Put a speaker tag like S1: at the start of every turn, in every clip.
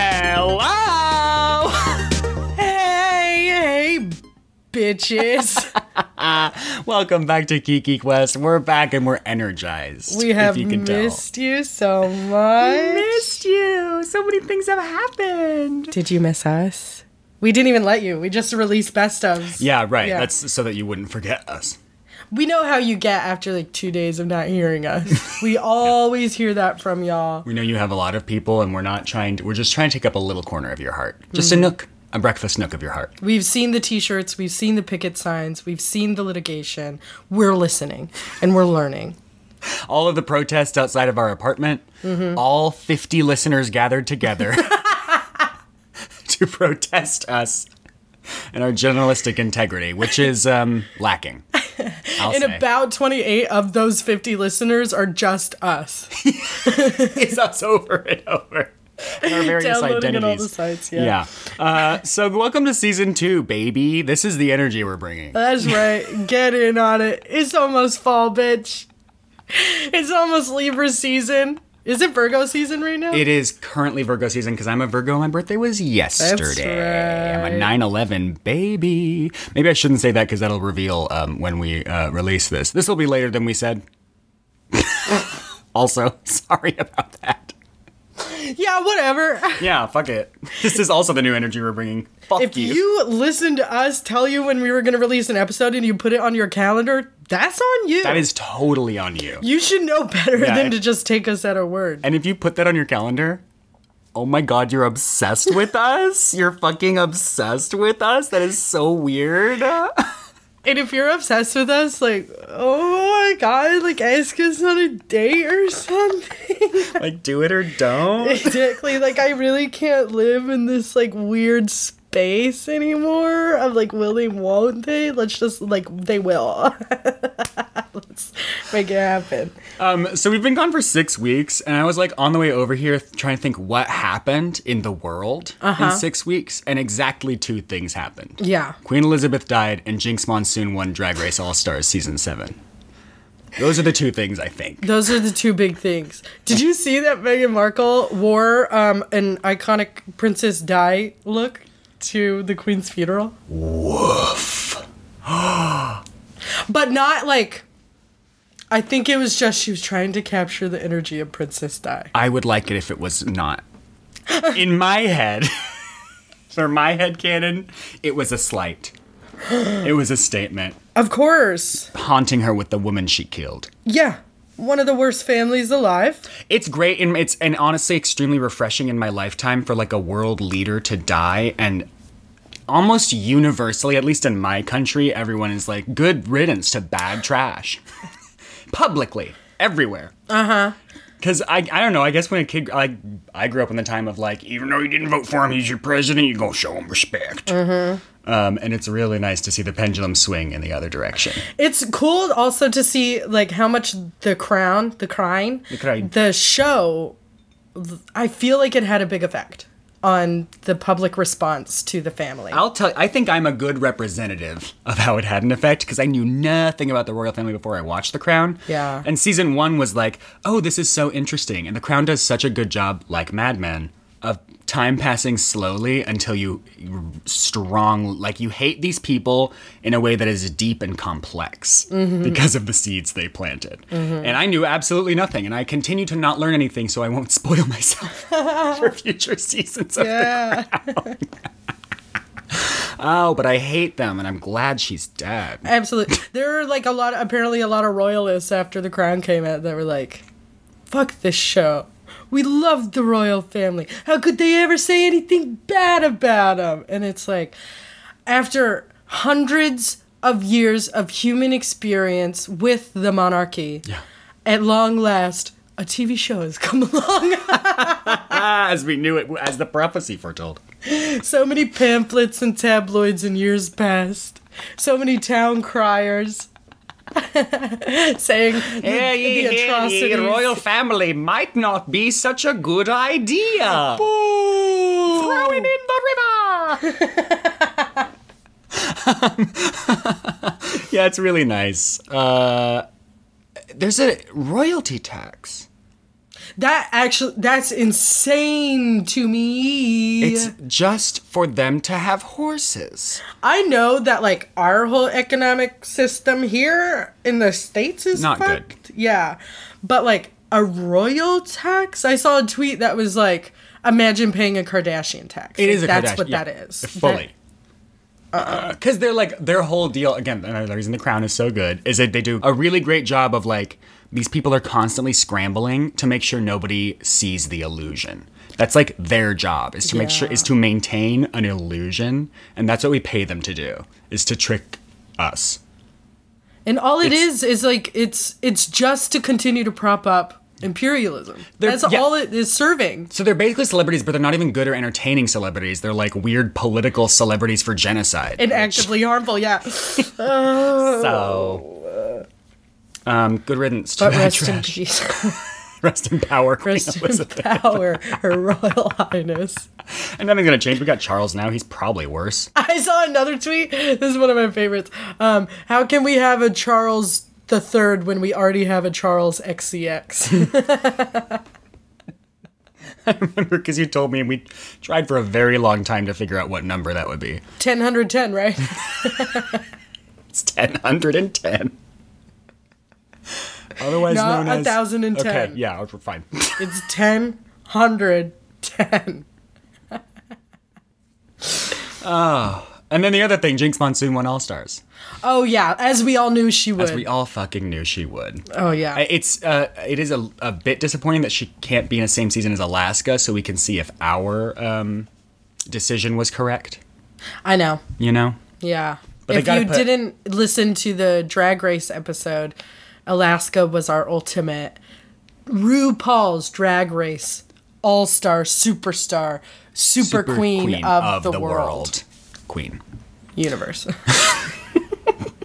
S1: bitches.
S2: Welcome back to Kiki Quest. We're back and we're energized.
S1: We have
S2: if you can
S1: missed you so much.
S2: tell. Missed you. So many things have happened.
S1: Did you miss us? We didn't even let you. We just released best ofs.
S2: Yeah, right.
S1: Yeah.
S2: That's so that you wouldn't forget us.
S1: We know how you get after like two days of not hearing us. We always hear that from y'all.
S2: We know you have a lot of people, and we're not trying to. We're just trying to take up a little corner of your heart, just a nook, a breakfast nook of your heart.
S1: We've seen the t shirts, we've seen the picket signs, we've seen the litigation. We're listening and we're learning.
S2: All of the protests outside of our apartment. All fifty listeners gathered together to protest us and our journalistic integrity, which is um, lacking. I'll
S1: And
S2: say.
S1: about 28 of those 50 listeners are just us.
S2: it's us over and over. And our various
S1: Downloading
S2: identities.
S1: on all the sites, yeah.
S2: yeah. Uh, so welcome to season two, baby. This is the energy we're bringing.
S1: That's right. Get in on it. It's almost fall, bitch. It's almost Libra season. Is it Virgo season right now?
S2: It is currently Virgo season because I'm a Virgo. My birthday was yesterday. I'm a 9/11 baby. Maybe I shouldn't say that because that'll reveal um, when we uh, release this. This will be later than we said. also, sorry about that.
S1: yeah, whatever.
S2: Yeah, fuck it. This is also the new energy we're bringing. Fuck
S1: If you listened to us tell you when we were going to release an episode and you put it on your calendar, that's on you.
S2: That is totally on you.
S1: you should know better
S2: Yeah,
S1: than
S2: if-
S1: to just take us at our word.
S2: And if you put that on your calendar, oh my god, you're obsessed with us. You're fucking obsessed with us. That is so weird.
S1: And if you're obsessed with us, like, oh my god, like ask us on a date or something.
S2: like do it or don't.
S1: Exactly. Like I really can't live in this like weird space anymore. I'm like, will they? Won't they? Let's just like they will. Let's make it happen.
S2: Um so we've been gone for 6 weeks and I was like on the way over here th- trying to think what happened in the world in 6 weeks and exactly two things happened.
S1: Yeah.
S2: Queen Elizabeth died and Jinx Monsoon won Drag Race All-Stars season 7. Those are the two things I think.
S1: Those are the two big things. Did you see that Meghan Markle wore um, an iconic Princess Di look to the Queen's funeral? Woof. but not like. I think it was just she was trying to capture the energy of Princess Di.
S2: I would like it if it was not. In my head, for my head canon, it was a slight. It was a statement
S1: Of course.
S2: haunting her with the woman she killed.
S1: Yeah. One of the worst families alive.
S2: It's great and it's and honestly extremely refreshing in my lifetime for like a world leader to die and almost universally, at least in my country, everyone is like good riddance to bad trash. Publicly, everywhere. Because I, I don't know, I guess when a kid, I, I grew up in the time of like, even though you didn't vote for him, he's your president, you're going to show him respect. Um, and it's really nice to see the pendulum swing in the other direction.
S1: It's cool also to see like how much the crown, the crying, the
S2: Crown.
S1: the show I feel like it had a big effect on the public response to the family.
S2: I'll tell I think I'm a good representative of how it had an effect because I knew nothing about the royal family before I watched The Crown.
S1: Yeah.
S2: And season one was like, oh, this is so interesting. And The Crown does such a good job, like Mad Men, of time passing slowly until you strong, like you hate these people in a way that is deep and complex because of the seeds they planted. And I knew absolutely nothing. And I continue to not learn anything, so I won't spoil myself for future seasons of The
S1: yeah.
S2: Oh, but I hate them, and I'm glad she's dead.
S1: Absolutely. There are like a lot apparently a lot of royalists after the crown came out that were like, fuck this show. We love the royal family. How could they ever say anything bad about them? And it's like, after hundreds of years of human experience with the monarchy, at long last, a TV show has come along.
S2: As we knew it, as the prophecy foretold.
S1: so many pamphlets and tabloids in years past. So many town criers saying the, the atrocities.
S2: family might not be such a good idea. Throw it in the river. yeah, it's really nice. Uh, there's a royalty tax.
S1: That actually, that's insane to me.
S2: It's just for them to have horses.
S1: I know that like our whole economic system here in the states is
S2: Not good.
S1: fucked. Yeah, but like a royal tax. I saw a tweet that was like, "Imagine paying a Kardashian tax."
S2: It is a
S1: That's
S2: Kardashian-
S1: what
S2: yeah,
S1: that Uh-uh. is.
S2: Fully. Because they're like, their whole deal, again, another reason The Crown is so good is that they do a really great job of like, these people are constantly scrambling to make sure nobody sees the illusion. That's like their job is to make sure,
S1: Yeah.
S2: is to maintain an illusion. And that's what we pay them to do, is to trick us.
S1: And all it
S2: It's-
S1: is is like it's it's just to continue to prop up imperialism.
S2: They're-
S1: That's
S2: yeah.
S1: all it is serving.
S2: So they're basically celebrities, but they're not even good or entertaining celebrities. They're like weird political celebrities for genocide.
S1: And actively harmful, yeah.
S2: So, um, good riddance to
S1: Oh. But
S2: that
S1: rest in
S2: trash.
S1: peace.
S2: Rest in power, Queen
S1: Rest in
S2: Elizabeth.
S1: power, Her Royal Highness.
S2: And nothing's gonna change. We got Charles now. He's probably worse.
S1: I saw another tweet. This is one of my favorites. Um, how can we have a Charles the Third when we already have a Charles XCX?
S2: Because you told me, and we tried for a very long time to figure out what number that would be.
S1: Ten hundred ten, right?
S2: It's ten hundred and ten. Otherwise
S1: No,
S2: known as
S1: 1010.
S2: Okay, yeah, we're fine.
S1: It's ten hundred ten.
S2: and then the other thing, Jinx Monsoon won All Stars.
S1: Oh yeah, as we all knew she would.
S2: We all fucking knew she would.
S1: oh yeah.
S2: I- It's uh, it is a, a bit disappointing that she can't be in the same season as Alaska, so we can see if our um, decision was correct.
S1: I know.
S2: You know,
S1: Yeah.
S2: But they
S1: if
S2: gotta
S1: you
S2: put-
S1: didn't listen to the drag race episode, Alaska was our ultimate RuPaul's drag race all star superstar super, queen, of, the, world.
S2: queen.
S1: universe.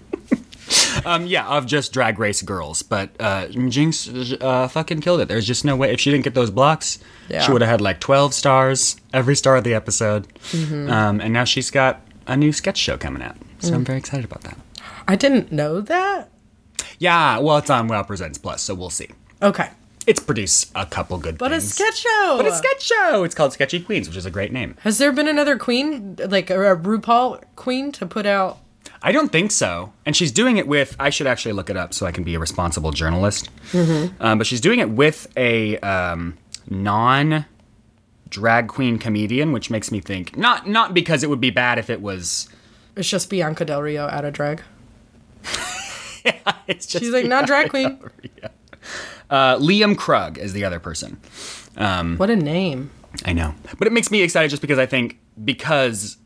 S2: Um, yeah, of just drag race girls, but uh, Jinx uh, fucking killed it. There's just no way if she didn't get those blocks,
S1: Yeah.
S2: she would have had like 12 stars every star of the episode.
S1: Mm-hmm.
S2: Um, and now she's got a new sketch show coming out, so
S1: Mm.
S2: I'm very excited about that.
S1: I didn't know that.
S2: Yeah, well, it's on Well Presents Plus, so we'll see.
S1: Okay.
S2: It's produced a couple good
S1: But a
S2: things.
S1: sketch show.
S2: But a sketch show. It's called Sketchy Queens, which is a great name.
S1: Has there been another queen, like a a RuPaul queen, to put out?
S2: I don't think so. And she's doing it with, I should actually look it up so I can be a responsible journalist. Um, but she's doing it with a um, non drag queen comedian, which makes me think, not, not because it would be bad if it was.
S1: It's just Bianca Del Rio out of drag.
S2: It's just
S1: She's like not drag queen.
S2: uh, Liam Krug is the other person.
S1: What a name.
S2: I know. But it makes me excited just because I think, because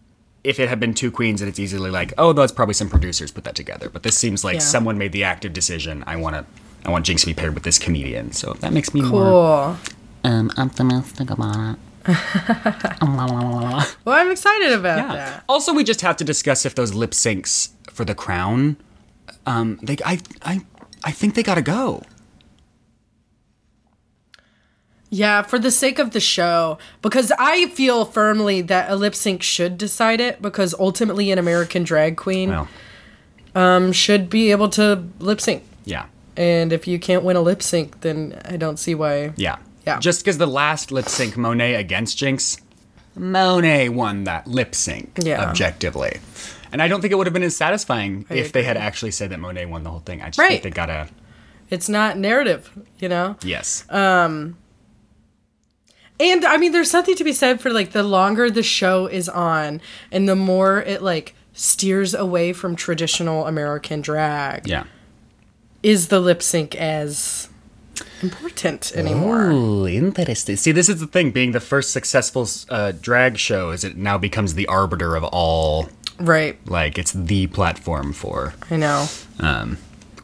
S2: if it had been two queens, and it's easily like, oh, that's probably some producers put that together. But this seems like
S1: Yeah.
S2: someone made the active decision. I want to. I want Jinx to be paired with this comedian, so that makes me more
S1: Cool.
S3: um, optimistic about it. Um,
S1: Well, I'm excited about
S2: Yeah.
S1: that.
S2: Also, we just have to discuss if those lip syncs for the crown. Um, they, I, I, I think they gotta go.
S1: Yeah, for the sake of the show, because I feel firmly that a lip sync should decide it, because ultimately an American drag queen
S2: Well,
S1: um, should be able to lip sync.
S2: yeah,
S1: And if you can't win a lip sync, then I don't see why.
S2: yeah,
S1: Yeah.
S2: Just because the last lip sync Monet against Jinx, Monet won that lip sync.
S1: Yeah.
S2: objectively, and I don't think it would have been as satisfying if they
S1: agree.
S2: had actually said that Monet won the whole thing. I just
S1: Right.
S2: think they gotta.
S1: It's not narrative, you know?
S2: Yes.
S1: Uh, And I mean, there's something to be said for like the longer the show is on and the more it like steers away from traditional American drag,
S2: yeah.
S1: is the lip sync as important anymore?
S2: Ooh, interesting. See, this is the thing. Being the first successful uh, drag show, is it now becomes the arbiter of all
S1: Right.
S2: like it's the platform for
S1: I know.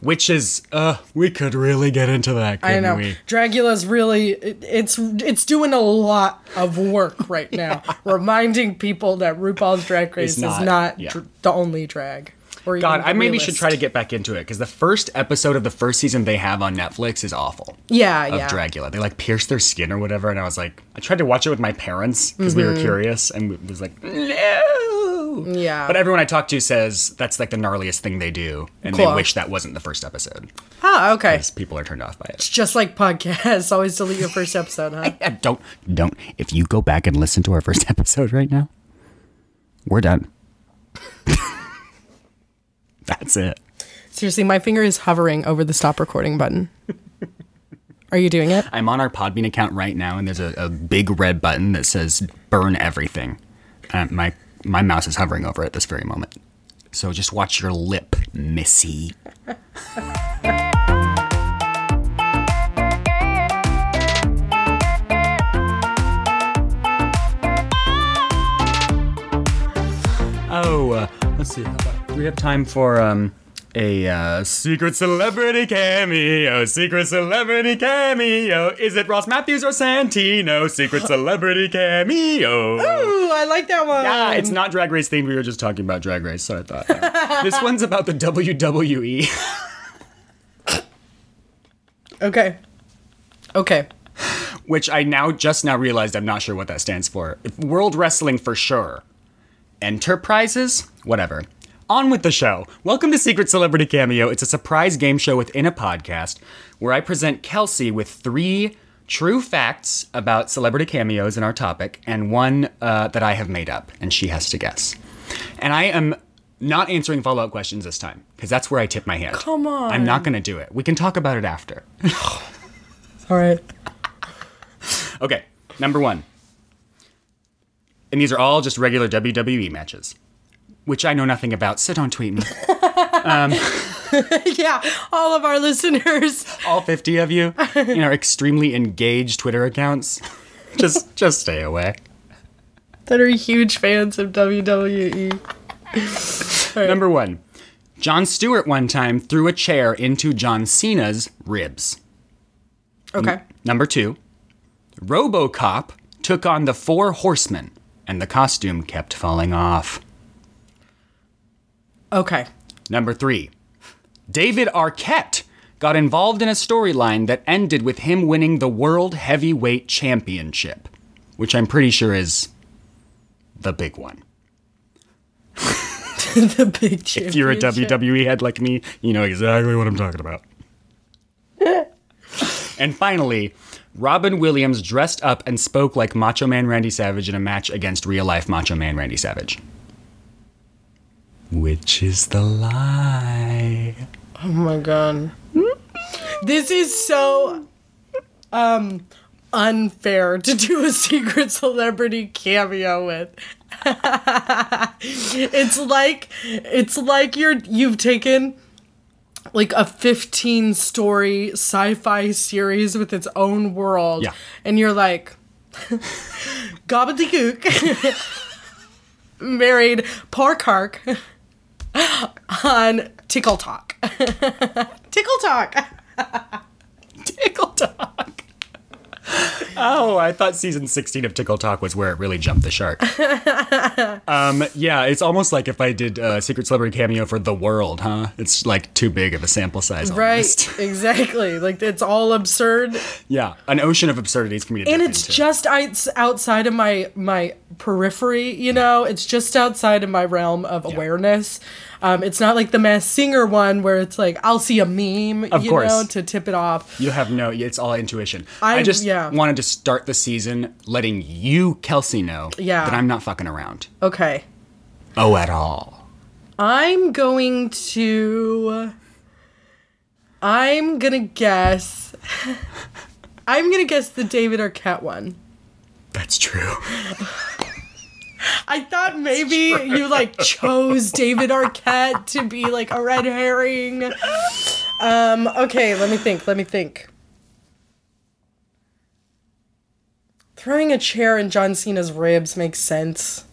S2: which is uh we could really get into that
S1: I
S2: couldn't
S1: know.
S2: we
S1: Dracula's really it, it's it's doing a lot of work right now, reminding people that RuPaul's Drag Race
S2: not-
S1: is not
S2: yeah.
S1: dr- the only drag. Or
S2: god
S1: even
S2: i
S1: the
S2: maybe
S1: realest.
S2: should try to get back into it because the first episode of the first season they have on netflix is awful
S1: Yeah,
S2: of
S1: yeah.
S2: dracula they like pierce their skin or whatever and i was like i tried to watch it with my parents because we were curious and we was like no woo.
S1: Mm-hmm. Yeah.
S2: But everyone I talk to says that's like the gnarliest thing they do, and
S1: Cool.
S2: they wish that wasn't the first episode
S1: Oh, okay.
S2: because people are turned off by it.
S1: Just like podcasts, always delete your first episode, huh?
S2: Yeah, don't don't. If you go back and listen to our first episode right now, we're done. that's it.
S1: Seriously, my finger is hovering over the stop recording button. Are you doing it?
S2: I'm on our Podbean account right now, and there's a, a big red button that says "Burn Everything." Uh, my my mouse is hovering over it this very moment. So just watch your lip, Missy. oh, uh, let's see. How about, we have time for um, a uh, secret celebrity cameo. Secret celebrity cameo. Is it Ross Matthews or Santino? Secret celebrity cameo.
S1: Ooh, I like that one.
S2: Yeah, it's not Drag Race themed. We were just talking about Drag Race, so I thought uh, this one's about the E. WWE.
S1: Okay. Okay.
S2: which I now just now realized I'm not sure what that stands for. World Wrestling for sure. Enterprises? Whatever. On with the show. Welcome to Secret Celebrity Cameo. It's a surprise game show within a podcast where I present Kelsey with three true facts about celebrity cameos in our topic and one uh, that I have made up, and she has to guess. And I am not answering follow up questions this time because that's where I tip my hand.
S1: Come on.
S2: I'm not going to do it. We can talk about it after.
S1: All right.
S2: Okay, number one. And these are all just regular WWE matches, which I know nothing about, so don't tweet me.
S1: Yeah, all of our listeners.
S2: all 50 of you in our extremely engaged Twitter accounts. Just just stay away.
S1: that are huge fans of E. WWE.
S2: Number one. John Stewart one time threw a chair into John Cena's ribs.
S1: Okay.
S2: Number two. Robocop took on the four horsemen, and the costume kept falling off.
S1: Okay.
S2: Number three, David Arquette got involved in a storyline that ended with him winning the World Heavyweight Championship, which I'm pretty sure is the big one.
S1: the big championship.
S2: If you're a WWE head like me, you know exactly what I'm talking about. and finally, Robin Williams dressed up and spoke like Macho Man Randy Savage in a match against real life Macho Man Randy Savage. Which is the lie?
S1: Oh my god. This is so um unfair to do a secret celebrity cameo with. it's like it's like you're you've taken like a 15 story sci-fi series with its own world
S2: Yeah.
S1: and you're like gobbledygook married Parkark on Tickle Talk. Tickle Talk.
S2: Tickle Talk. Oh, I thought season 16 of Tickle Talk was where it really jumped the shark. um, yeah, it's almost like if I did a Secret Celebrity cameo for The World, huh? It's like too big of a sample size. almost.
S1: Right, exactly. Like it's all absurd,
S2: Yeah, an ocean of absurdities for me to
S1: and
S2: dip
S1: it's
S2: into.
S1: just outs- outside of my my periphery. You know, it's just outside of my realm of awareness. Um, it's not like the Mass Singer one where it's like I'll see a meme,
S2: Of
S1: you
S2: course.
S1: know, to tip it off.
S2: You have no, it's all intuition.
S1: I-
S2: I, just
S1: yeah.
S2: wanted to start the season letting you, Kelsey, know
S1: Yeah.
S2: that I'm not fucking around.
S1: Okay,
S2: Oh, at all.
S1: I'm going to. I'm gonna guess. I'm gonna guess the David Arquette one.
S2: That's true.
S1: I thought maybe you like chose David Arquette to be like a red herring. Um, okay, let me think. Let me think. Throwing a chair in John Cena's ribs makes sense.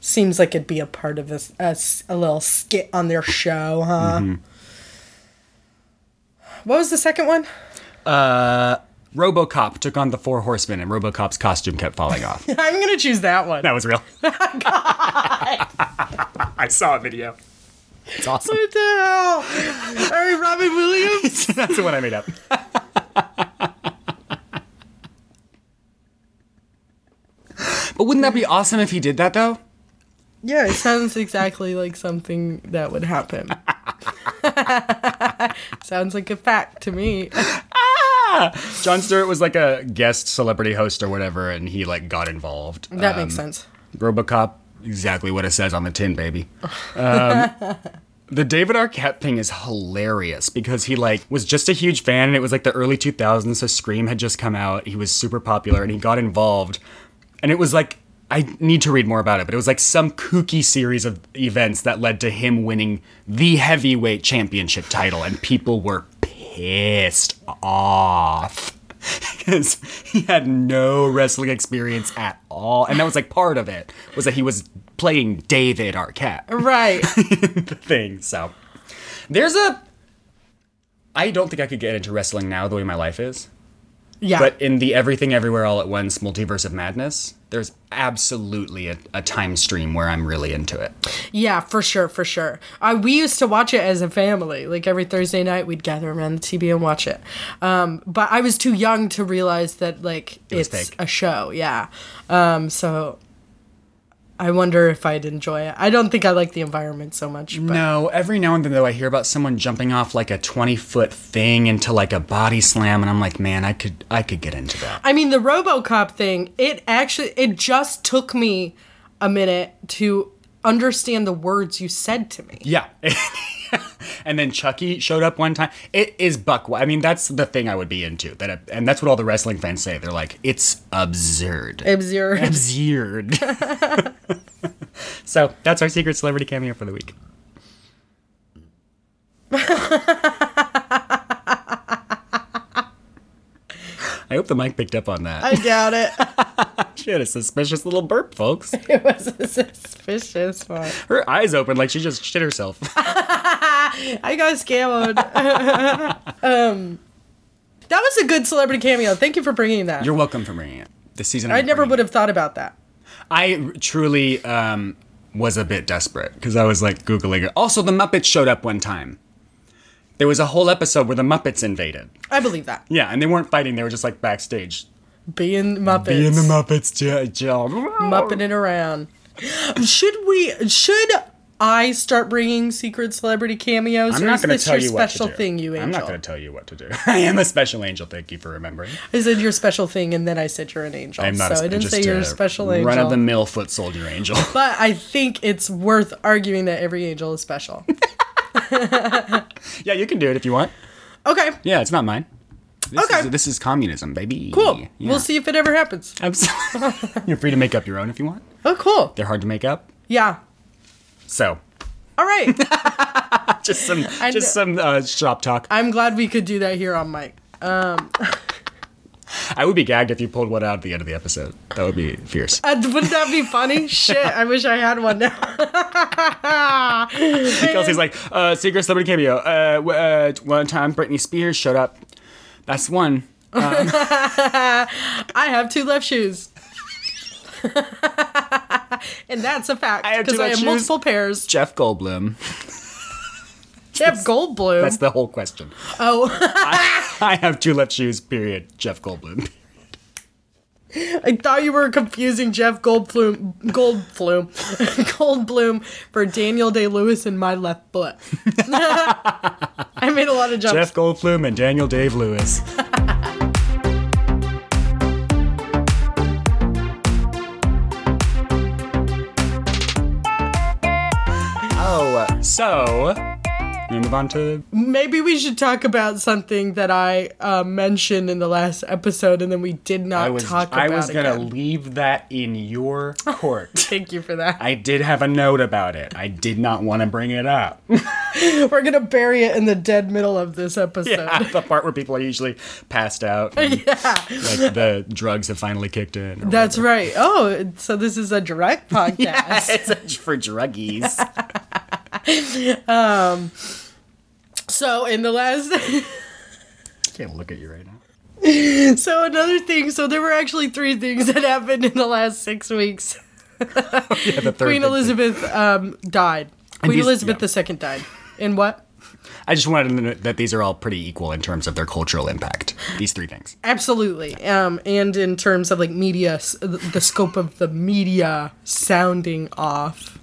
S1: Seems like it'd be a part of a, s- a s- a little skit on their show, huh? What was the second one?
S2: Robocop took on the four horsemen, and Robocop's costume kept falling off.
S1: I'm gonna choose that one.
S2: That was real. I saw a video. It's awesome.
S1: What the hell? Are we Robin Williams?
S2: That's the one I made up. but wouldn't that be awesome if he did that though?
S1: Yeah, it sounds exactly like something that would happen. sounds like a fact to me.
S2: Ah! John Stewart was like a guest celebrity host or whatever, and he like got involved.
S1: That
S2: Um,
S1: makes sense.
S2: RoboCop, exactly what it says on the tin, baby. Um, the David Arquette thing is hilarious because he like was just a huge fan, and it was like the early 2000s, so Scream had just come out. He was super popular, and he got involved, and it was like. I need to read more about it, but it was like some kooky series of events that led to him winning the heavyweight championship title, and people were pissed off because he had no wrestling experience at all, and that was like part of it was that he was playing David Arquette
S1: Right.
S2: thing. So there's a. I don't think I could get into wrestling now the way my life is,
S1: Yeah.
S2: but in the Everything Everywhere All at Once multiverse of madness, there's absolutely a, a time stream where I'm really into it.
S1: Yeah, for sure, for sure. Uh, we used to watch it as a family. Like every Thursday night, we'd gather around the TV and watch it. Um, but I was too young to realize that like
S2: was
S1: it's
S2: fake.
S1: a show. Yeah. Um, so I wonder if I'd enjoy it. I don't think I like the environment so much. But
S2: No, every now and then though, I hear about someone jumping off like a 20 foot thing into like a body slam, and I'm like, man, I could I could get into that.
S1: I mean, the RoboCop thing. It actually it just took me a minute to understand the words you said to me.
S2: Yeah. and then Chucky showed up one time. It is buck. I mean, that's the thing I would be into. That and that's what all the wrestling fans say. They're like, it's absurd.
S1: Absurd.
S2: Absurd. so that's our secret celebrity cameo for the week. I hope the mic picked up on that.
S1: I doubt it.
S2: she had a suspicious little burp, folks.
S1: It was a suspicious one.
S2: Her eyes open like she just shit herself.
S1: I got scammed. um, that was a good celebrity cameo. Thank you for bringing that.
S2: You're welcome for bringing it. This season,
S1: I never would have thought about that.
S2: I r- truly um, was a bit desperate because I was like googling it. Also, the Muppets showed up one time. There was a whole episode where the Muppets invaded.
S1: I believe that.
S2: Yeah, and they weren't fighting; they were just like backstage.
S1: Being Muppets,
S2: Be in the Muppets, oh, J- Joe.
S1: Muppeting around. Should we? Should I start bringing secret celebrity cameos?
S2: I'm
S1: or
S2: not
S1: is
S2: going to
S1: this
S2: tell
S1: your
S2: you what
S1: special
S2: to do.
S1: thing, you angel?
S2: I'm not going to tell you what to do. I am a special angel. Thank you for remembering.
S1: I said your special thing, and then I said you're an angel.
S2: I'm not.
S1: so
S2: I
S1: I I didn't say you're a special angel.
S2: Run of the mill foot soldier angel.
S1: but I think it's worth arguing that every angel is special.
S2: yeah, you can do it if you want.
S1: Okay,
S2: Yeah, it's not mine. This
S1: Okay.
S2: Is, this is communism, baby.
S1: cool.
S2: Yeah.
S1: We'll see if it ever happens.
S2: Absolutely. You're free to make up your own if you want.
S1: Oh, cool.
S2: They're hard to make up.
S1: Yeah.
S2: So,
S1: All right.
S2: just some
S1: kn-
S2: just some uh, shop talk.
S1: I'm glad we could do that here on mic. Uh,
S2: I would be gagged if you pulled one out at the end of the episode. That would be fierce.
S1: Uh, wouldn't that be funny? Shit, I wish I had one now.
S2: Kelsey's like, uh, secret celebrity cameo. Uh, w- uh, one time Britney Spears showed up. That's one.
S1: I have two left shoes. and that's a fact.
S2: I have
S1: Because
S2: two
S1: I
S2: left
S1: have
S2: shoes.
S1: multiple pairs.
S2: Jeff Goldblum.
S1: Jeff Goldblum.
S2: That's the whole question.
S1: oh,
S2: I have two left shoes. Period. Jeff Goldblum.
S1: I thought you were confusing Jeff Goldblum, Goldblum, Goldblum for Daniel Day Lewis and my left foot. I made a lot of jumps.
S2: Jeff Goldblum and Daniel Dave Lewis. oh, so we move on to
S1: Maybe we should talk about something that I uh, mentioned in the last episode, and then we did not
S2: I was
S1: talk about.
S2: I was gonna
S1: again.
S2: leave that in your court.
S1: Thank you for that.
S2: I did have a note about it. I did not want to bring it up.
S1: We're gonna bury it in the dead middle of this episode.
S2: the part where people are usually passed out, and, like the drugs have finally kicked in. or
S1: That's right. Oh, so this is a direct podcast.
S2: it's for druggies.
S1: So in the last,
S2: Can't look at you right now.
S1: so another thing. So there were actually three things that happened in the last six weeks.
S2: Yeah, the third
S1: Queen
S2: big
S1: Elizabeth um, died. Queen
S2: these-
S1: Elizabeth
S2: yeah.
S1: II died. In what?
S2: I just wanted to note that these are all pretty equal in terms of their cultural impact. These three things.
S1: Absolutely. Um, and in terms of like media, s- the the scope of the media sounding off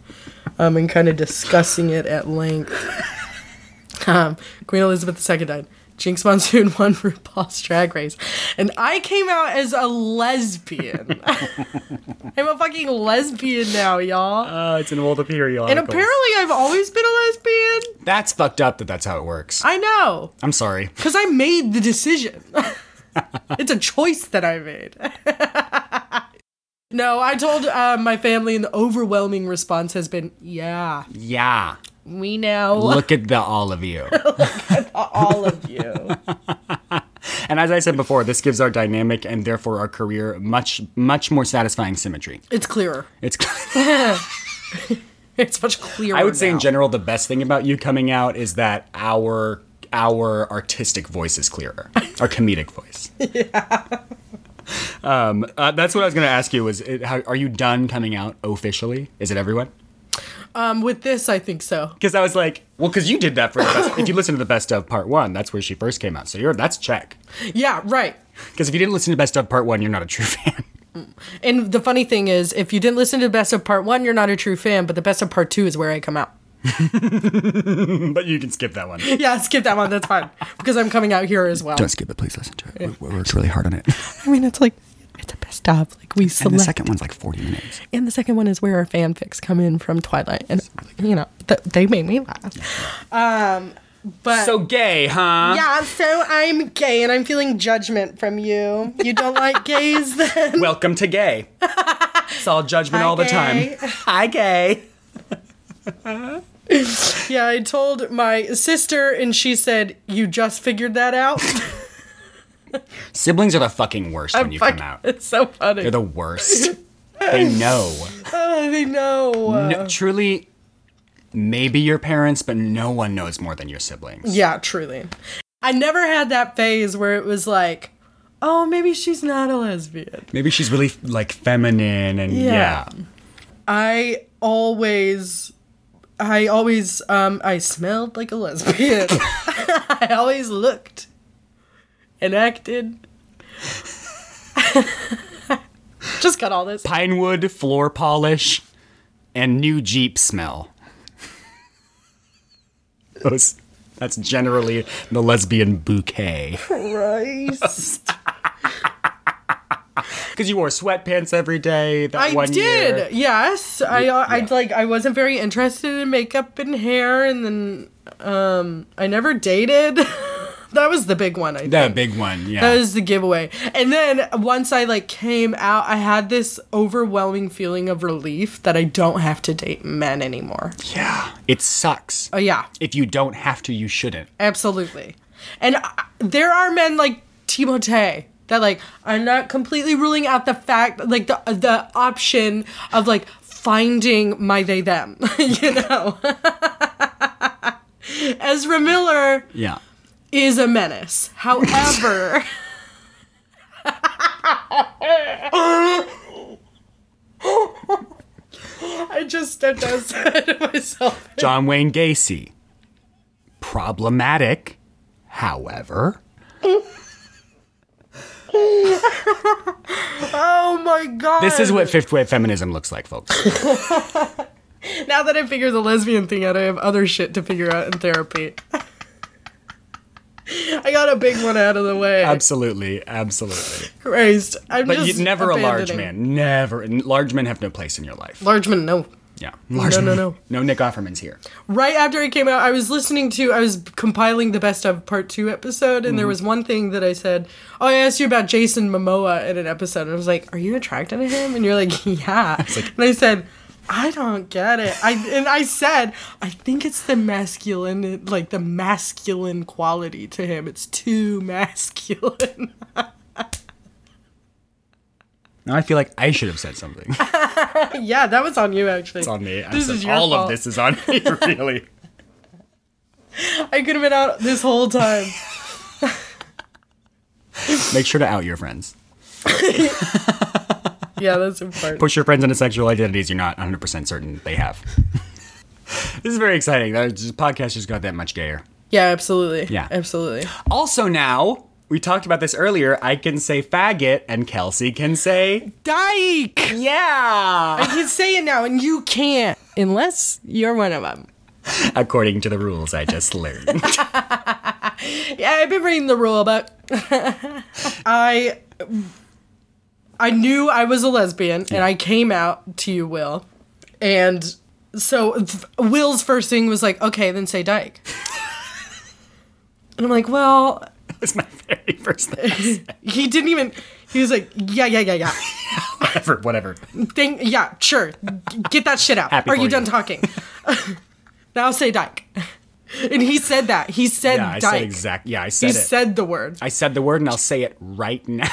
S1: um, and kind of discussing it at length. Um, Queen Elizabeth II died. Jinx Monsoon won RuPaul's Drag Race. And I came out as a lesbian. I'm a fucking lesbian now, y'all.
S2: Uh, it's an old imperial.
S1: And apparently I've always been a lesbian.
S2: that's fucked up. That that's how it works.
S1: I know.
S2: I'm sorry.
S1: Because I made the decision. it's a choice that I made. no, I told uh, my family, and the overwhelming response has been, yeah,
S2: Yeah.
S1: we know
S2: Look at the all of you.
S1: all of you.
S2: And as I said before, this gives our dynamic and therefore our career much, much more satisfying symmetry.
S1: It's clearer.
S2: It's.
S1: It's much clearer.
S2: I would say in
S1: now.
S2: general, the best thing about you coming out is that our our artistic voice is clearer, our comedic voice. Yeah. Um, uh, that's what I was going to ask you. Was it, how, are you done coming out officially? Is it everyone?
S1: Um, with this, I think so.
S2: Because I was like, well, because you did that for the best. if you listen to the best of part one, that's where she first came out. So you're that's check.
S1: Yeah, right.
S2: Because if you didn't listen to best of part one, you're not a true fan.
S1: And the funny thing is, if you didn't listen to Best of Part 1, you're not a true fan, but the Best of Part 2 is where I come out.
S2: but you can skip that one.
S1: Yeah, skip that one. That's fine. Because I'm coming out here as well.
S2: Don't skip it. Please listen to it. We, we worked really hard on it.
S1: I mean, it's like, it's a best of. Like, we select.
S2: And the second one's like 40 minutes.
S1: And the second one is where our fanfics come in from Twilight, and you know th- they made me laugh. Um, but
S2: So um, gay, huh?
S1: yeah, so I'm gay, and I'm feeling judgment from you. You don't like gays, then
S2: Welcome to gay. It's all judgment all the
S1: gay.
S2: time. Hi, gay.
S1: yeah. I told my sister, and she said, "You just figured that out."
S2: Siblings are the fucking worst when you
S1: Fuck,
S2: come out.
S1: It's so funny.
S2: They're the worst. they know.
S1: oh, they know. uh,
S2: No, truly, maybe your parents, but no one knows more than your siblings.
S1: Yeah, truly. I never had that phase where it was like, "Oh, maybe she's not a lesbian."
S2: Maybe she's really like feminine and yeah.
S1: Yeah. I always, I always, um, I smelled like a lesbian. I always looked and acted. Just got all this.
S2: Pinewood floor polish and new Jeep smell. Those, that's generally the lesbian bouquet.
S1: Christ.
S2: Because you wore sweatpants every day that
S1: I
S2: one
S1: did.
S2: year.
S1: Yes, I, I like. I wasn't very interested in makeup and hair, and then um, I never dated. that was the big one. I
S2: The
S1: think.
S2: big one, yeah.
S1: That was the giveaway. And then once I like came out, I had this overwhelming feeling of relief that I don't have to date men anymore.
S2: yeah. It sucks.
S1: Oh yeah,
S2: If you don't have to, you shouldn't.
S1: absolutely. And uh, there are men like Timote that like I'm not completely ruling out the fact like the the option of like finding my they them, you know. Ezra Miller
S2: Yeah.
S1: is a menace. However, I just stepped outside of myself.
S2: John Wayne Gacy. Problematic, however.
S1: Oh my god!
S2: This is what fifth wave feminism looks like, folks.
S1: now that I figure the lesbian thing out, I have other shit to figure out in therapy. I got a big one out of the way.
S2: absolutely, absolutely.
S1: Christ, I'm
S2: Uh, But
S1: just
S2: you, never a large man.
S1: abandoning-
S2: Never. and Large men have no place in your life.
S1: Large man, no.
S2: Yeah. Large
S1: No, no,
S2: men-
S1: no.
S2: No Nick Offerman's here.
S1: right after it came out, I was listening to, I was compiling the best of part two episode, and
S2: Mm-hmm.
S1: there was one thing that I said, Oh, I asked you about Jason Momoa in an episode. And I was like, Are you attracted to him? And you're like, Yeah. and I said, I don't get it. I and I said, I think it's the masculine like the masculine quality to him. It's too masculine.
S2: Now I feel like I should have said something.
S1: yeah, that was on you actually.
S2: It's on me. I'm
S1: This
S2: so-
S1: is your
S2: all
S1: fault.
S2: of this is on me, really.
S1: I could have been out this whole time.
S2: Make sure to out your friends.
S1: yeah, that's important.
S2: push your friends into sexual identities you're not 100% certain they have. this is very exciting. That- This podcast just got that much gayer.
S1: Yeah, absolutely.
S2: Yeah.
S1: Absolutely.
S2: Also, now, we talked about this earlier, I can say faggot and Kelsey can say dyke.
S1: I
S2: Yeah.
S1: can say it now, and you can't. Unless you're one of them.
S2: According to the rules I just learned.
S1: Yeah, I've been reading the rule book. I I knew I was a lesbian and I came out to you, Will. And so th- Will's first thing was like, okay, then say dyke. and I'm like, well,
S2: That was my very first thing.
S1: he didn't even, he was like, yeah, yeah, yeah, yeah.
S2: whatever, whatever.
S1: Thing, yeah, sure. G- Get that shit out.
S2: Happy
S1: Are
S2: for
S1: you,
S2: you.
S1: done talking? now say dyke. And he said that. He said
S2: Yeah, I
S1: dyke.
S2: said exact. Yeah, I said
S1: he
S2: it.
S1: said the word.
S2: I said the word and I'll say it right now.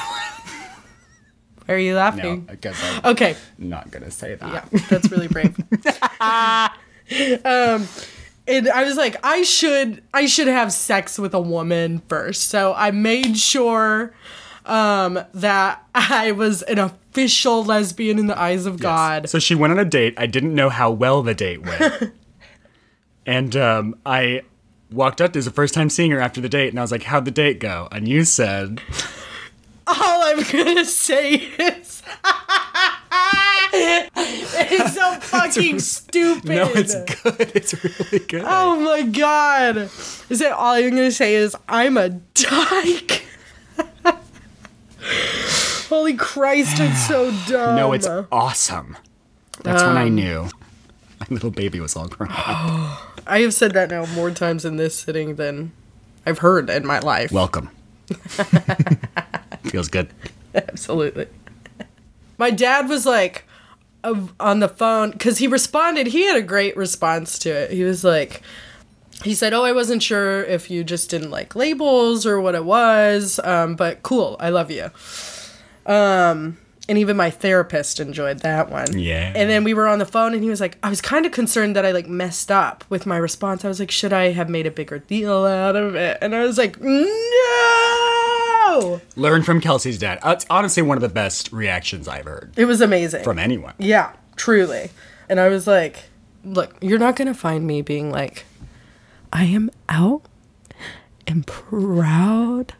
S1: Why are you
S2: no,
S1: laughing?
S2: because I'm
S1: Okay.
S2: not going to say that.
S1: Yeah, that's really brave. um, and I was like, I should, I should have sex with a woman first. So I made sure um, that I was an official lesbian in the eyes of God.
S2: So she went on a date. I didn't know how well the date went. and um, I walked up to her the first time seeing her after the date, and I was like, How'd the date go? And you said,
S1: All I'm gonna say is. it's so fucking stupid.
S2: No, it's good. It's really good.
S1: Oh my god. Is it all I'm gonna say is I'm a dyke? Holy Christ, it's so dumb.
S2: no, it's awesome. That's when I knew. My little baby was all grown up.
S1: I have said that now more times in this sitting than I've heard in my life.
S2: Welcome. Feels good.
S1: Absolutely. My dad was like uh, on the phone because he responded. He had a great response to it. He was like, he said, "Oh, I wasn't sure if you just didn't like labels or what it was, um, but cool. I love you." Um, and even my therapist enjoyed that one.
S2: Yeah.
S1: And then we were on the phone, and he was like, "I was kind of concerned that I like messed up with my response. I was like, should I have made a bigger deal out of it?" And I was like, "No."
S2: Learn from Kelsey's dad. Uh, It's honestly one of the best reactions I've heard
S1: It was amazing.
S2: from anyone.
S1: Yeah, truly. And I was like, look, you're not going to find me being like, I am out and proud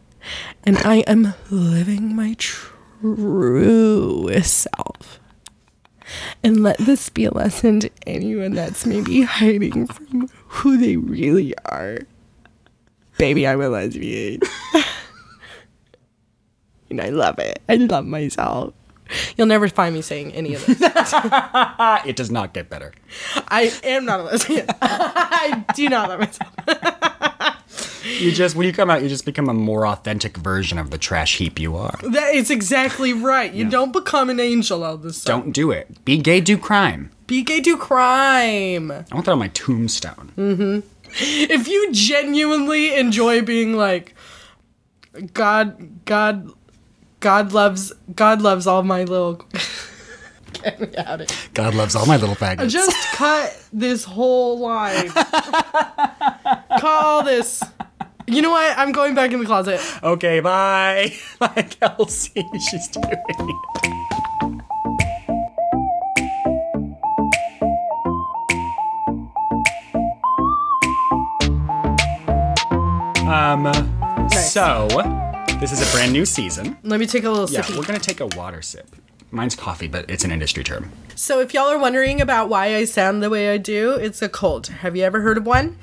S1: and I am living my truest self. And let this be a lesson to anyone that's maybe hiding from who they really are. Baby, I'm a lesbian. and I love it. I love myself. You'll never find me saying any of this.
S2: Ah, it does not get better.
S1: I am not a lesbian. I do not love myself.
S2: You just when you come out, you just become a more authentic version of the trash heap you are.
S1: That is exactly right. You don't become an angel all of a sudden.
S2: Don't do it. Be gay, do crime.
S1: Be gay, do crime.
S2: I want that on my tombstone.
S1: If you genuinely enjoy being like, God, God, God loves, God loves all my little. Get me out of here.
S2: God loves all my little faggots.
S1: Just cut this whole line. cut all this. You know what? I'm going back in the closet.
S2: okay, bye. Bye, Kelsey. She's doing it. Um, so this is a brand new season.
S1: Let me take a little
S2: Yeah,
S1: sip.
S2: we're gonna take a water sip. Mine's coffee, but it's an industry term.
S1: So, if y'all are wondering about why I sound the way I do, it's a cold. Have you ever heard of one?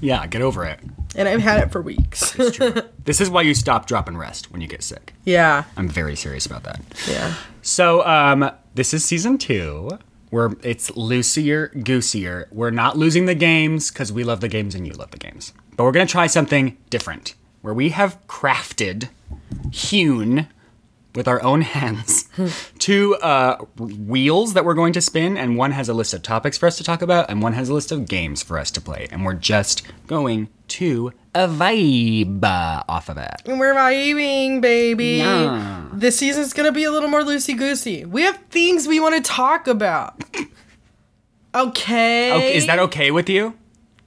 S2: Yeah, get over it.
S1: And I've had it for weeks.
S2: It's true. this is why you stop, drop, and rest when you get sick.
S1: yeah.
S2: I'm very serious about that.
S1: Yeah.
S2: So, um, this is season two. We're it's loosier, goosier. We're not losing the games because we love the games and you love the games. But we're gonna try something different, where we have crafted, hewn, with our own hands, two uh, wheels that we're going to spin, and one has a list of topics for us to talk about, and one has a list of games for us to play, and we're just going to a vibe uh, off of it.
S1: And we're vibing, baby. This season's going to be a little more loosey goosey. We have things we want to talk about. Okay.
S2: Okay, is that okay with you?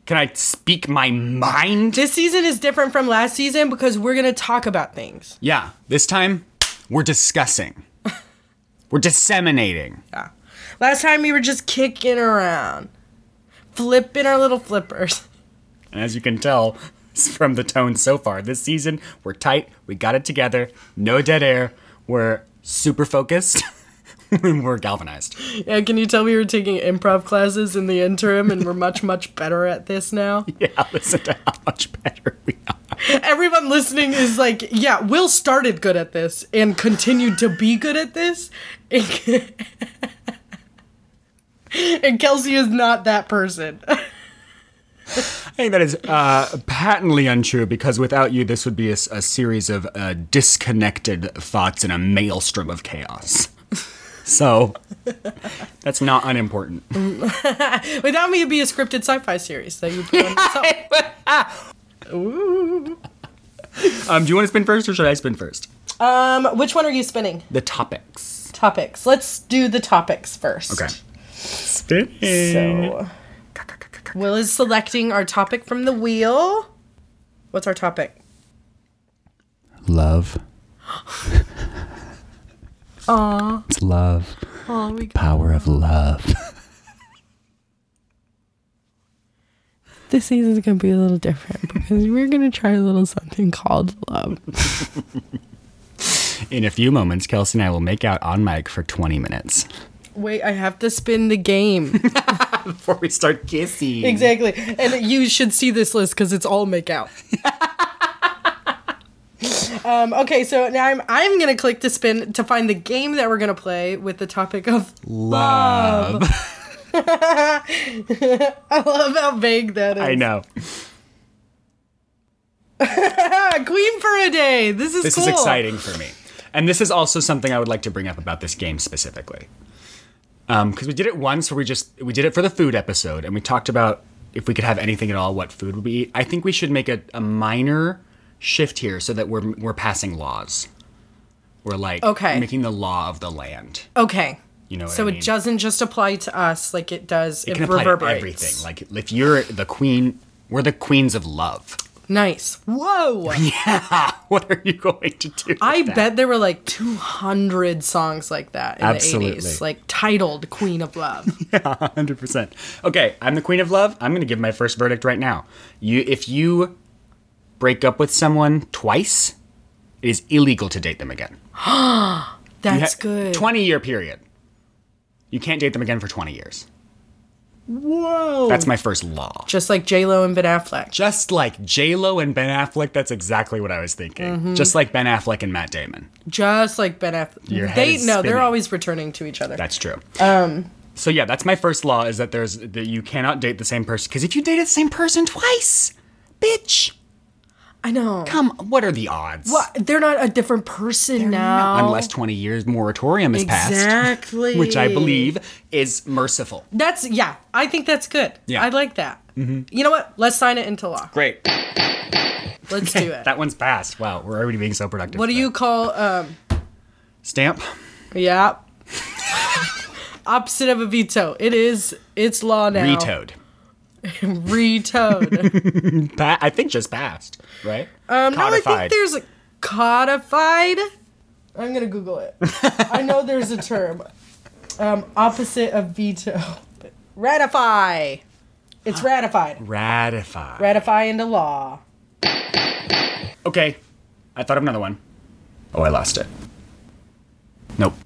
S2: Can I speak my mind?
S1: This season is different from last season because we're going to talk about things.
S2: Yeah. This time, we're discussing. we're disseminating.
S1: Yeah. Last time we were just kicking around, flipping our little flippers.
S2: And as you can tell, from the tone so far. This season, we're tight. We got it together. No dead air. We're super focused. and we're galvanized.
S1: Yeah, can you tell we were taking improv classes in the interim and we're much, much better at this now?
S2: Yeah, listen to how much better we are.
S1: Everyone listening is like, yeah, Will started good at this and continued to be good at this. and Kelsey is not that person.
S2: I think that is uh, patently untrue because without you, this would be a, s- a series of uh, disconnected thoughts in a maelstrom of chaos. So that's not unimportant.
S1: Without me, it'd be a scripted sci-fi series that you put on yourself.
S2: Um, do you want to spin first or should I spin first?
S1: Um, which one are you spinning?
S2: The topics.
S1: Topics. Let's do the topics first.
S2: Okay. Spin.
S1: So, Will is selecting our topic from the wheel. What's our topic?
S4: Love. Aww. It's love.
S1: Oh, we got
S4: Power of love.
S1: this season's gonna be a little different because we're gonna try a little something called love.
S2: In a few moments, Kelsey and I will make out on mic for 20 minutes
S1: Wait, I have to spin the game.
S2: before we start kissing.
S1: exactly, and you should see this list because it's all make out. um, okay, so now I'm I'm gonna click to spin to find the game that we're gonna play with the topic of
S2: Love.
S1: I love how vague that is.
S2: I know.
S1: Ah, Queen for a day. This is
S2: This
S1: cool.
S2: is exciting for me. And this is also something I would like to bring up about this game specifically. Because we did it once where we just, we did it for the food episode and we talked about if we could have anything at all, what food would we eat. I think we should make a, a minor shift here so that we're, we're passing laws. We're like
S1: Okay.
S2: making the law of the land.
S1: Okay.
S2: You know what
S1: so
S2: I mean?
S1: it doesn't just apply to us like it does. It,
S2: can apply to
S1: reverberates.
S2: everything. Like if you're the queen, we're the queens of love.
S1: nice. Whoa.
S2: What are you going to do? with
S1: I
S2: that?
S1: bet there were like 200 songs like that in
S2: Absolutely.
S1: the 80s, like titled Queen of Love.
S2: 100%. Okay, I'm the queen of love. I'm going to give my first verdict right now. You if you break up with someone twice, it is illegal to date them again. You
S1: That's
S2: ha-
S1: good.
S2: 20 year period. You can't date them again for 20 years.
S1: Whoa.
S2: That's my first law.
S1: just like J-Lo and Ben Affleck.
S2: Just like J Lo and Ben Affleck, that's exactly what I was thinking.
S1: Mm-hmm.
S2: Just like Ben Affleck and Matt Damon.
S1: Just like Ben Affleck.
S2: Your head
S1: they
S2: is
S1: no, they're
S2: spinning.
S1: always returning to each other.
S2: That's true. Um. So yeah, that's my first law: is that there's that you cannot date the same person because if you date the same person twice, bitch,
S1: I know.
S2: come. What are the odds?
S1: But they're not a different person now.
S2: Unless twenty years moratorium is passed,
S1: Exactly.
S2: which I believe is merciful.
S1: That's yeah. I think that's good.
S2: Yeah. Mm-hmm.
S1: I like that. You know what? Let's sign it into law.
S2: Great.
S1: Let's do it.
S2: That one's passed. Wow, we're already being so productive.
S1: what do
S2: today.
S1: you call? Um,
S2: stamp?
S1: yeah. Opposite of a veto. It is. It's law now.
S2: Vetoed.
S1: Vetoed.
S2: Pa- I think just passed, right?
S1: Um, no, I think
S2: Codified.
S1: there's a codified. I'm gonna Google it. I know there's a term. Um, opposite of veto. Ratify. It's ratified.
S2: Ratified.
S1: Ratify into law.
S2: okay, I thought of another one. Oh, I lost it. Nope.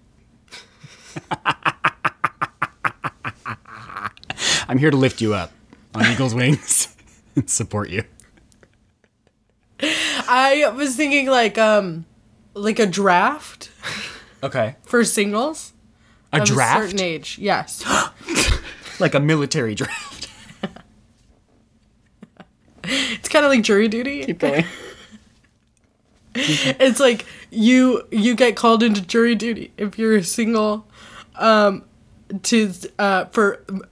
S2: I'm here to lift you up on Eagle's wings and support you.
S1: I was thinking like um like a draft
S2: Okay.
S1: for singles.
S2: A
S1: of A
S2: draft?
S1: certain age. Yes.
S2: Like a military draft.
S1: it's kind of like jury duty. Keep going. it's like you you get called into jury duty if you're single um to uh for um,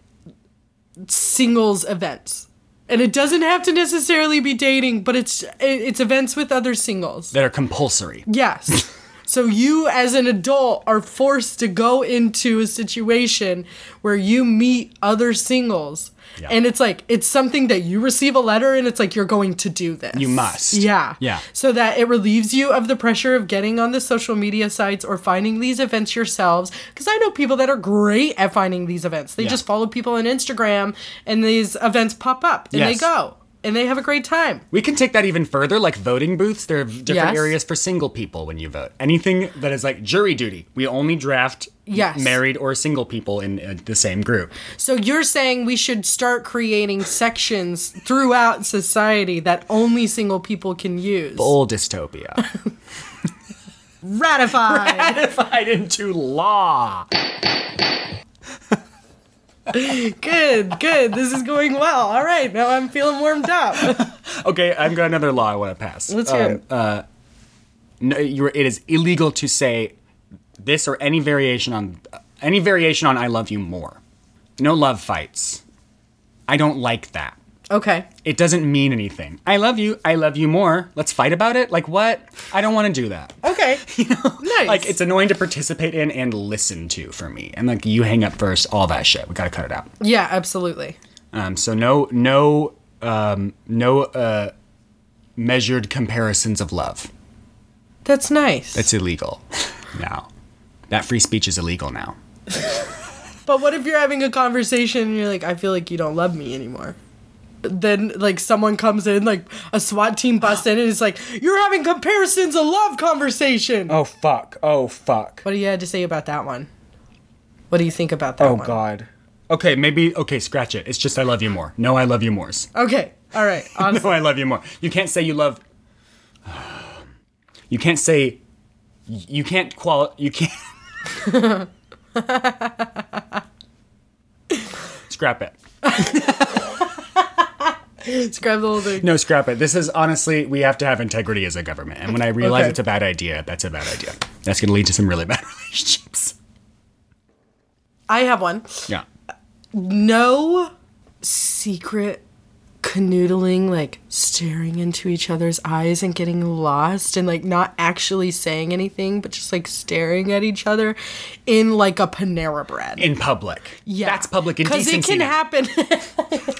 S1: singles events. And it doesn't have to necessarily be dating, but it's it- it's events with other singles.
S2: That are compulsory.
S1: Yes. so you, as an adult, are forced to go into a situation where you meet other singles. And it's like, it's something that you receive a letter and it's like, you're going to do this.
S2: You must.
S1: Yeah.
S2: Yeah.
S1: So that it relieves you of the pressure of getting on the social media sites or finding these events yourselves. Because I know people that are great at finding these events. They
S2: Yeah.
S1: just follow people on Instagram and these events pop up and
S2: Yes.
S1: they go. and they have a great time.
S2: We can take that even further, like voting booths. There are different
S1: Yes.
S2: areas for single people when you vote. Anything that is like jury duty. We only draft
S1: Yes.
S2: married or single people in uh, the same group.
S1: So you're saying we should start creating sections throughout society that only single people can use.
S2: Full dystopia.
S1: Ratified.
S2: Ratified into law.
S1: good, good. This is going well. All right, now I'm feeling warmed up.
S2: Okay, I've got another law I want to pass. Um, uh,
S1: Let's hear it.
S2: no, you it is illegal to say this or any variation on any variation on "I love you more." No love fights. I don't like that.
S1: Okay.
S2: It doesn't mean anything. I love you. I love you more. Let's fight about it. Like what? I don't want to do that.
S1: Okay. nice.
S2: Like it's annoying to participate in and listen to for me. And like you hang up first, all that shit. We gotta cut it out.
S1: yeah, absolutely.
S2: Um, so no, no, um, no uh, measured comparisons of love.
S1: That's nice.
S2: It's illegal now. That free speech is illegal now.
S1: But what if you're having a conversation and you're like, I feel like you don't love me anymore? Then like someone comes in, like a SWAT team busts in, and it's like, You're having comparisons of love conversation.
S2: Oh fuck! Oh fuck!
S1: What do you have to say about that one? What do you think about that one?
S2: Oh, god. Okay, maybe. Okay, scratch it. It's just I love you more. No, I love you mores.
S1: Okay. All right.
S2: No,
S1: Honestly,
S2: Oh, I love you more. You can't say you love. You can't say. You can't qual. You can't. scrap it.
S1: describe the whole thing.
S2: No, scrap it. This is honestly, we have to have integrity as a government. And when I realize
S1: Okay.
S2: it's a bad idea, that's a bad idea. That's going to lead to some really bad relationships.
S1: I have one.
S2: Yeah.
S1: No secret canoodling, like staring into each other's eyes and getting lost and like not actually saying anything, but just like staring at each other in like a Panera bread.
S2: In public.
S1: Yeah.
S2: That's public
S1: Because
S2: indecency.
S1: it can
S2: now.
S1: happen.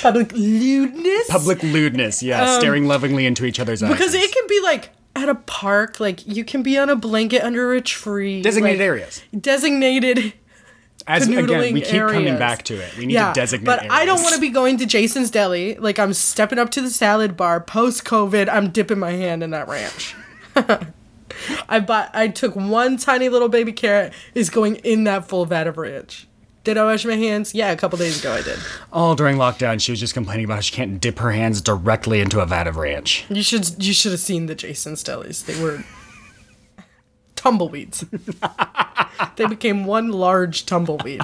S1: public lewdness.
S2: Public lewdness. Yeah. staring lovingly into each other's eyes.
S1: Um, Because it can be like at a park, like you can be on a blanket under a tree.
S2: Designated
S1: like,
S2: areas.
S1: Designated.
S2: As again,
S1: canoodling
S2: we keep coming
S1: areas.
S2: back to it. We need
S1: Yeah,
S2: to designate.
S1: but I don't
S2: areas.
S1: want to be going to Jason's Deli. Like I'm stepping up to the salad bar post COVID. I'm dipping my hand in that ranch. I bought. I took one tiny little baby carrot. Is going in that full vat of ranch. Did I wash my hands? Yeah, a couple days ago I did.
S2: All during lockdown, she was just complaining about how she can't dip her hands directly into a vat of ranch.
S1: You should. You should have seen the Jason's Delis. They were tumbleweeds. they became one large tumbleweed.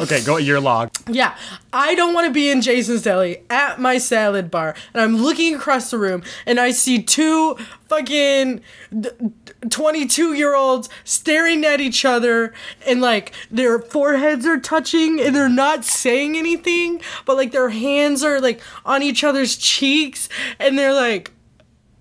S2: Okay, go your log.
S1: Yeah, I don't want to be in Jason's Deli at my salad bar, and I'm looking across the room, and I see two fucking twenty-two-year-olds staring at each other, and like their foreheads are touching, and they're not saying anything, but like their hands are like on each other's cheeks, and they're like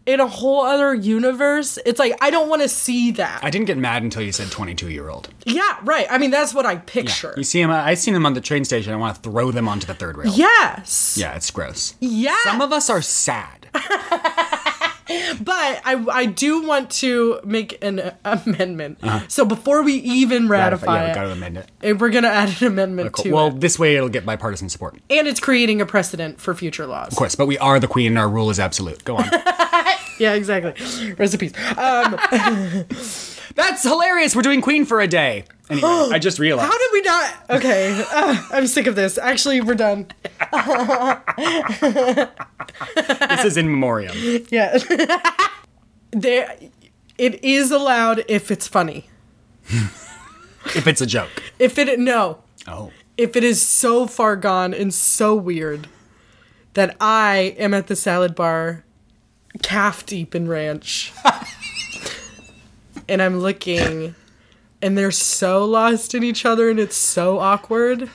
S1: in a whole other universe. It's like I don't want to see that.
S2: I didn't get mad until you said 22 year old.
S1: Yeah, right. I mean, that's what I picture.
S2: You see him, I I seen him on the train station. I want to throw them onto the third rail.
S1: Yes.
S2: Yeah, it's gross.
S1: Yeah.
S2: Some of us are sad.
S1: But I, I do want to make an uh, amendment. So before we even ratify
S2: yeah, we
S1: it,
S2: Uh-huh. gotta amend it.
S1: eh, we're going to add an amendment
S2: Cool.
S1: to
S2: Well,
S1: it.
S2: this way it'll get bipartisan support. Of
S1: And it's creating a precedent for future laws.
S2: course, but we are the queen and our rule is absolute. Go on.
S1: Yeah, exactly. Recipes. Um,
S2: That's hilarious. We're doing queen for a day. Anyway, I just realized.
S1: how did we not? Okay, uh, I'm sick of this. Actually, we're done.
S2: this is in memoriam.
S1: Yeah. there, it is allowed if it's funny.
S2: If it's a joke.
S1: If it, no,
S2: Oh.
S1: if it is so far gone and so weird that I am at the salad bar, calf deep in ranch, and I'm looking, and they're so lost in each other, and it's so awkward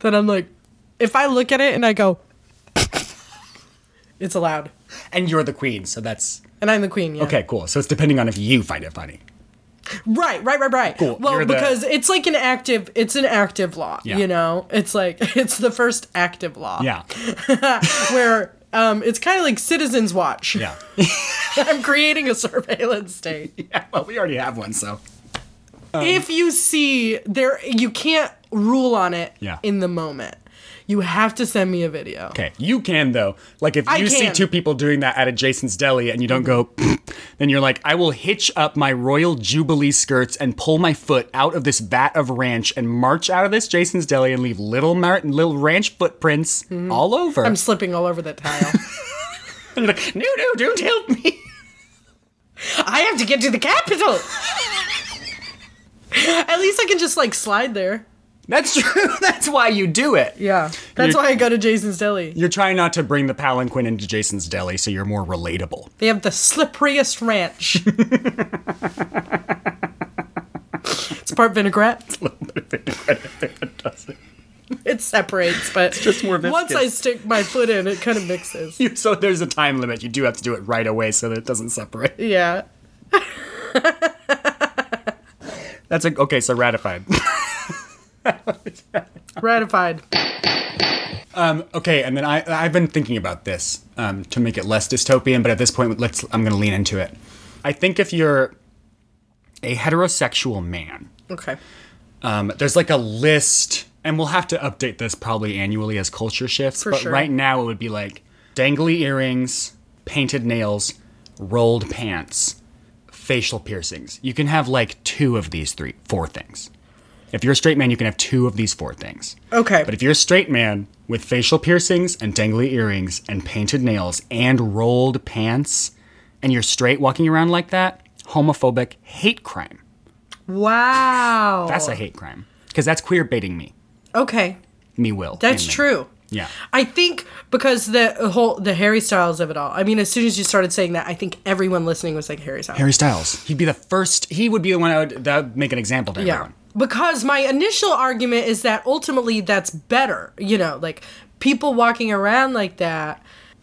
S1: that I'm like, if I look at it and I go, it's allowed,
S2: And you're the queen, so that's
S1: and I'm the queen. Yeah.
S2: okay, cool. So it's depending on if you find it funny.
S1: Right, right, right, right.
S2: Cool,
S1: Well,
S2: you're the-
S1: because it's like an active, it's an active law.
S2: Yeah.
S1: You know, it's like it's the first active law.
S2: Yeah.
S1: where um, it's kind of like citizens watch.
S2: Yeah.
S1: I'm creating a surveillance state.
S2: yeah. Well, we already have one, so. Um,
S1: if you see there, you can't rule on it
S2: Yeah.
S1: in the moment. You have to send me a video.
S2: Okay, you can though. Like if you
S1: I
S2: see
S1: can.
S2: two people doing that at a Jason's Deli and you don't go, then you're like, I will hitch up my royal jubilee skirts and pull my foot out of this vat of ranch and march out of this Jason's Deli and leave little mar- little ranch footprints all over.
S1: I'm slipping all over that tile.
S2: And you're like, no, no, don't help me.
S1: I have to get to the capital. At least I can just like slide there.
S2: That's true. That's why you do it.
S1: Yeah. That's
S2: You're-
S1: why I go to Jason's Deli.
S2: You're trying not to bring the palanquin into Jason's Deli, so you're more relatable.
S1: They have the slipperiest ranch. it's part vinaigrette. It's It separates, but
S2: just more
S1: once I
S2: viscous.
S1: stick my foot in, it kind of mixes.
S2: You- So there's a time limit. You do have to do it right away so that it doesn't separate.
S1: Yeah.
S2: That's a, okay. So ratified.
S1: Ratified.
S2: Okay, and then I I've been thinking about this um, to make it less dystopian, but at this point, let's I'm going to lean into it. I think if you're a heterosexual man,
S1: Okay.
S2: um, there's like a list, and we'll have to update this probably annually as culture shifts. but
S1: sure.
S2: right now, it would be like dangly earrings, painted nails, rolled pants, facial piercings. You can have like two of these three, four things. If you're a straight man, you can have two of these four things.
S1: Okay.
S2: But if you're a straight man with facial piercings and dangly earrings and painted nails and rolled pants, and you're straight walking around like that, homophobic hate crime.
S1: wow.
S2: That's a hate crime because that's queer baiting me.
S1: okay.
S2: Me will.
S1: That's
S2: and me.
S1: true.
S2: Yeah.
S1: I think because the whole the Harry Styles of it all. I mean, as soon as you started saying that, I think everyone listening was like Harry Styles.
S2: Harry Styles. He'd be the first. He would be the one I would that would make an example to
S1: yeah.
S2: everyone.
S1: Because my initial argument is that ultimately that's better. You know, like people walking around like that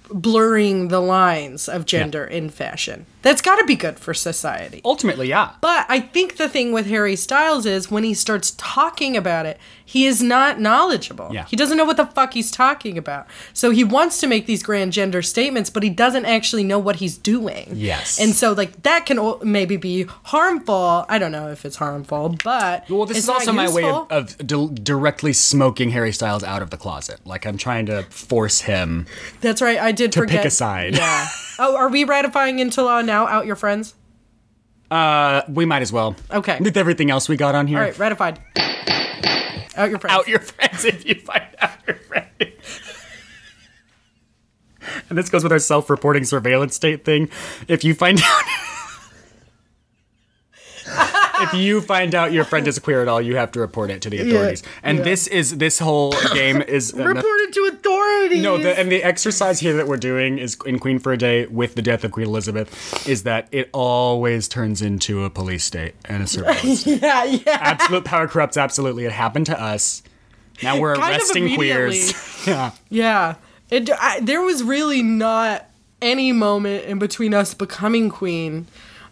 S1: blurring the lines of gender in fashion. That's got to be good for society.
S2: Ultimately, yeah.
S1: But I think the thing with Harry Styles is when he starts talking about it, he is not knowledgeable.
S2: Yeah.
S1: He doesn't know what the fuck he's talking about. So he wants to make these grand gender statements, but he doesn't actually know what he's doing.
S2: Yes.
S1: And so, like, that can o- maybe be harmful. I don't know if it's harmful, but.
S2: Well, this
S1: it's
S2: is also
S1: not
S2: my way of, uh,
S1: useful.
S2: of di- directly smoking Harry Styles out of the closet. Like I'm trying to force him
S1: That's right. I did
S2: to
S1: forget.
S2: pick a side.
S1: Yeah. oh, are we ratifying into law now? Out your friends?
S2: Uh, we might as well.
S1: Okay.
S2: With everything else we got on here.
S1: All right, ratified. Out your friends.
S2: out your friends if you find out your friend. and this goes with our self-reporting surveillance state thing. If you find out if you find out your friend is queer at all, you have to report it to the authorities. and this is this whole game is an-
S1: Reported to authorities.
S2: no, the, and the exercise here that we're doing is in Queen for a Day with the death of Queen Elizabeth is that it always turns into a police state and a surveillance. state.
S1: yeah, yeah.
S2: Absolute power corrupts absolutely. It happened to us. Now we're
S1: Kind of
S2: arresting queers. yeah.
S1: Yeah. It, I, there was really not any moment in between us becoming queen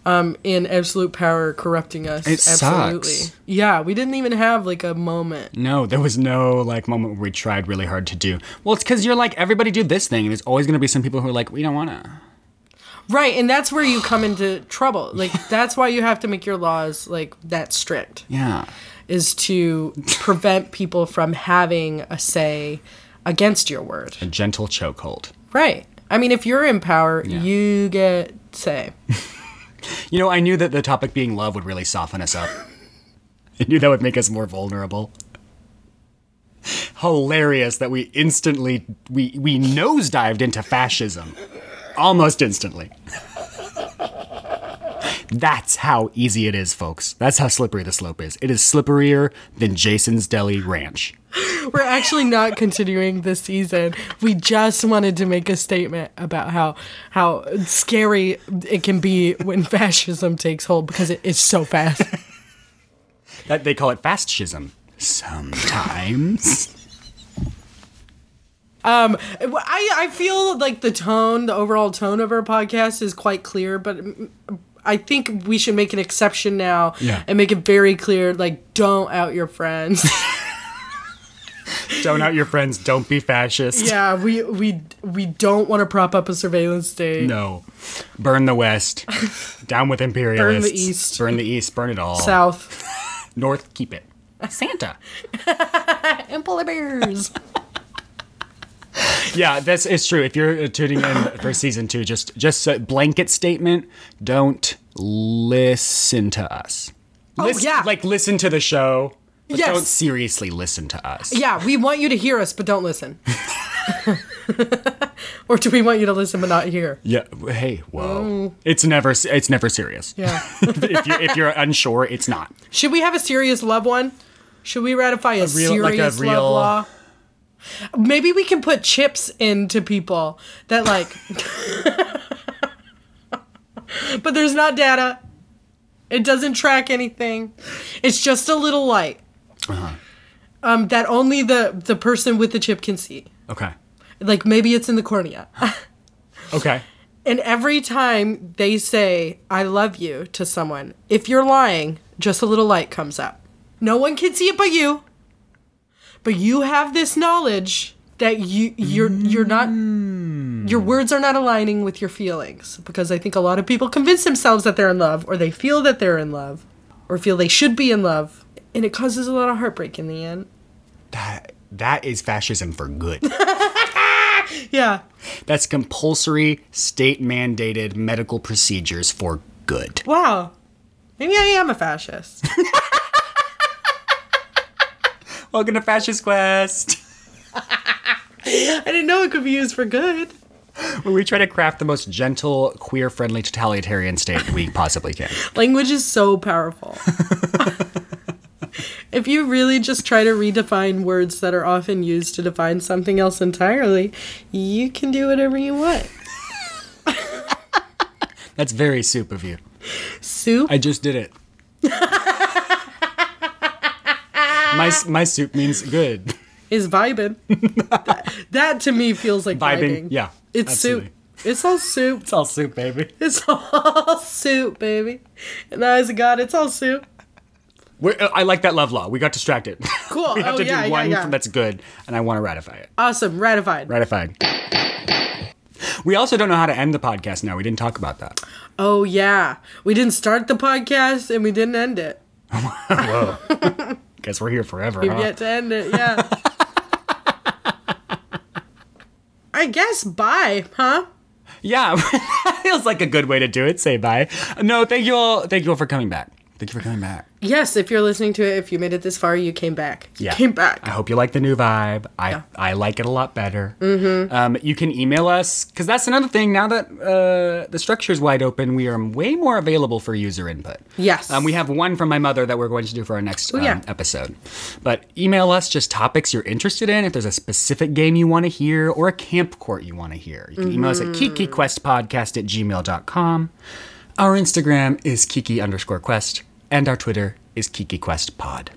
S1: um, in absolute power corrupting us.
S2: It sucks.
S1: Yeah, we didn't even have like a moment.
S2: No, there was no like moment where we tried really hard to do. Well, it's because you're like everybody do this thing, and there's always gonna be some people who are like, we don't wanna.
S1: Right, and that's where you come into trouble. Like that's why you have to make your laws like that strict
S2: Yeah.
S1: is to prevent people from having a say against your word.
S2: A gentle chokehold.
S1: Right. I mean, if you're in power, you get say.
S2: You know, I knew that the topic being love would really soften us up. I knew that would make us more vulnerable. Hilarious that we instantly we we nosedived into fascism. Almost instantly. That's how easy it is, folks. That's how slippery the slope is. It is slipperier than Jason's Deli Ranch.
S1: We're actually not continuing this season. We just wanted to make a statement about how how scary it can be when fascism takes hold because it is so fast.
S2: That they call it fascism. Sometimes.
S1: I I feel like the tone, the overall tone of our podcast is quite clear, but mm, I think we should make an exception now
S2: Yeah.
S1: and make it very clear like don't out your friends.
S2: don't out your friends, don't be fascist.
S1: yeah, we we we don't want to prop up a surveillance state.
S2: No. Burn the West. Down with imperialists.
S1: East.
S2: Burn the East. Burn it all.
S1: South
S2: North, keep it. Santa.
S1: and polar bears.
S2: yeah, that's it's true. If you're uh, tuning in for season two, just just a blanket statement: don't listen to us.
S1: Oh, yeah.
S2: like listen to the show. But
S1: Yes.
S2: don't seriously listen to us.
S1: Yeah, we want you to hear us, but don't listen. or do we want you to listen but not hear?
S2: Yeah. Hey. Whoa. It's never. It's never serious.
S1: Oh. Yeah.
S2: if you're if you're unsure, it's not.
S1: Should we have a serious love one? Should we ratify a,
S2: real- like a
S1: serious
S2: real-
S1: love law? Maybe we can put chips into people that like, but there's not data. It doesn't track anything. It's just a little light
S2: Uh-huh.
S1: um, that only the the person with the chip can see.
S2: Okay.
S1: Like maybe it's in the cornea.
S2: Okay.
S1: And every time they say, I love you to someone, if you're lying, just a little light comes up. No one can see it but you. But you have this knowledge that you you're you're not your words are not aligning with your feelings because I think a lot of people convince themselves that they're in love or they feel that they're in love or feel they should be in love and it causes a lot of heartbreak in the end.
S2: That Uh, that is fascism for good.
S1: Yeah.
S2: That's compulsory state mandated medical procedures for good.
S1: Wow. Maybe I am a fascist.
S2: Welcome to Fascist Quest,
S1: I didn't know it could be used for good.
S2: where we try to craft the most gentle, queer friendly totalitarian state we possibly can.
S1: Language is so powerful. if you really just try to redefine words that are often used to define something else entirely, you can do whatever you want.
S2: That's very soup of you.
S1: Soup?
S2: I just did it. my, s- my soup means good.
S1: is vibing. that, that to me feels like vibing.
S2: Vibing. Yeah.
S1: It's
S2: absolutely.
S1: soup. It's all soup.
S2: It's all soup, baby.
S1: It's all soup, baby. And the eyes of God, it's all soup.
S2: We're, uh, I like that love law. We got distracted.
S1: Cool.
S2: we have
S1: oh,
S2: to
S1: yeah,
S2: do
S1: yeah,
S2: one
S1: yeah.
S2: that's good, and I want to ratify it.
S1: awesome. Ratified.
S2: Ratified. We also don't know how to end the podcast now. We didn't talk about that.
S1: Oh, yeah. We didn't start the podcast and we didn't end it.
S2: Guess we're here forever.
S1: We've
S2: huh?
S1: yet to end it, yeah. I guess bye, huh?
S2: Yeah, feels like a good way to do it. Say bye. No, thank you all. Thank you all for coming back. Thank you for coming back.
S1: Yes, if you're listening to it, if you made it this far, you came back. You
S2: Yeah. Uh,
S1: came back.
S2: I hope you like the new vibe. I I like it a lot better. Mm-hmm. Um, you can email us because that's another thing. Now that uh, the structure is wide open, we are way more available for user input.
S1: Yes.
S2: Um, we have one from my mother that we're going to do for our next um,
S1: Oh, yeah.
S2: episode. But email us just topics you're interested in. If there's a specific game you want to hear or a camp court you want to hear, you can email us at
S1: Mm-hmm.
S2: kikiquestpodcast at gmail.com. Our Instagram is kiki underscore quest, and our Twitter is kikiquestpod.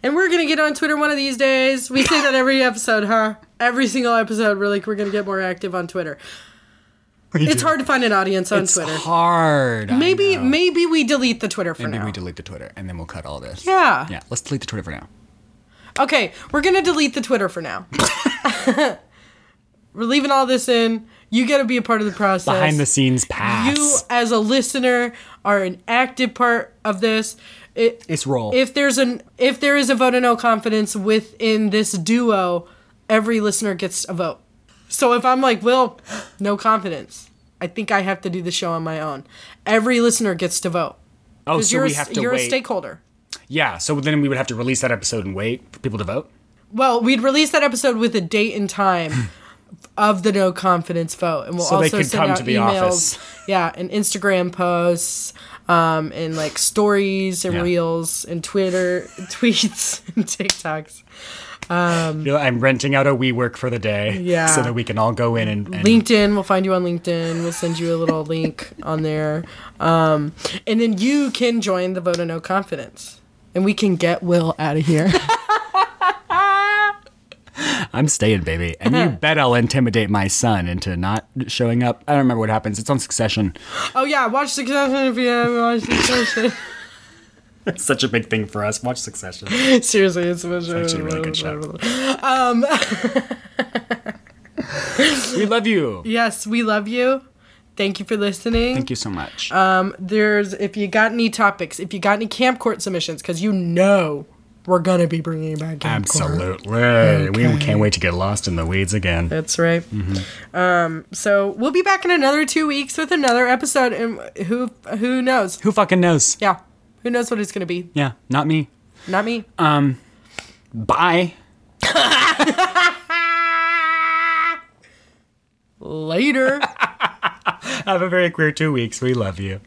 S1: and we're going to get on Twitter one of these days. We say that every episode, huh? Every single episode, we're like, we're going to get more active on Twitter. It's hard to find an audience on
S2: It's
S1: Twitter.
S2: hard. I
S1: Maybe
S2: know.
S1: maybe we delete the Twitter for
S2: Maybe
S1: now.
S2: we delete the Twitter and then we'll cut all this.
S1: Yeah.
S2: Yeah. Let's delete the Twitter for now.
S1: Okay, we're gonna delete the Twitter for now. we're leaving all this in. You got to be a part of the process.
S2: Behind the scenes pass.
S1: you as a listener are an active part of this. It,
S2: it's roll.
S1: if there's an if there is a vote of no confidence within this duo, every listener gets a vote. So if I'm like, Will, no confidence. I think I have to do the show on my own. Every listener gets to vote.
S2: oh,
S1: 'Cause
S2: so
S1: you're a
S2: we
S1: s-
S2: have to
S1: you're a
S2: wait.
S1: stakeholder.
S2: yeah. So then we would have to release that episode and wait for people to vote.
S1: Well, we'd release that episode with a date and time of the no confidence vote, and we'll
S2: So they
S1: also
S2: could
S1: send
S2: come
S1: out
S2: to the
S1: emails,
S2: office.
S1: yeah, and Instagram posts, um, and like stories and
S2: Yeah.
S1: reels and Twitter tweets and TikToks.
S2: You know, I'm renting out a WeWork for the day.
S1: Yeah.
S2: So that we can all go in and, and
S1: LinkedIn, we'll find you on LinkedIn. We'll send you a little link on there, um, and then you can join the vote of no confidence, and we can get Will out of here.
S2: I'm staying, baby. And you bet I'll intimidate my son into not showing up. I don't remember what happens. It's on Succession.
S1: oh yeah, watch Succession if you haven't watched Succession.
S2: It's such a big thing for us. Watch Succession.
S1: Seriously, it's, it's
S2: actually a really good show. we love you.
S1: Yes, we love you. Thank you for listening.
S2: Thank you so much.
S1: Um, There's if you got any topics, if you got any camp court submissions, because you know we're gonna be bringing back Game Corner.
S2: Absolutely. We can't wait to get lost in the weeds again.
S1: That's right.
S2: Mm-hmm.
S1: Um, so we'll be back in another two weeks with another episode, and who who knows?
S2: Who fucking knows?
S1: Yeah, who knows what it's gonna be?
S2: Yeah, not me.
S1: Not me.
S2: Uh. Bye.
S1: Later.
S2: Have a very queer two weeks. We love you.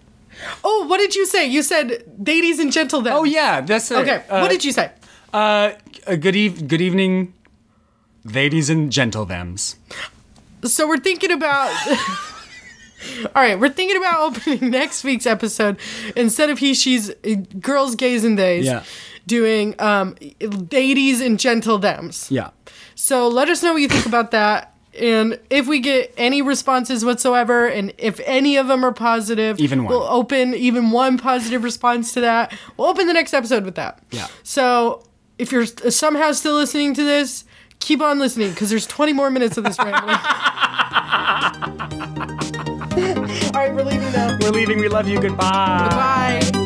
S1: oh, what did you say? You said, "Ladies and gentlemen."
S2: Oh yeah, that's a,
S1: Okay.
S2: Uh,
S1: what did you say?
S2: Uh, a good eve- good evening, ladies and gentlethems.
S1: So we're thinking about. All right, we're thinking about opening next week's episode instead of he, she's, uh, girls, gays, and theys.
S2: Yeah.
S1: Doing um, ladies and gentle thems.
S2: Yeah.
S1: So let us know what you think about that. And if we get any responses whatsoever, and if any of them are positive,
S2: Even one.
S1: we'll open even one positive response to that. We'll open the next episode with that.
S2: Yeah.
S1: So if you're s- somehow still listening to this, keep on listening because there's 20 more minutes of this rambling. All right, we're leaving now.
S2: We're leaving. We love you. Goodbye.
S1: Bye.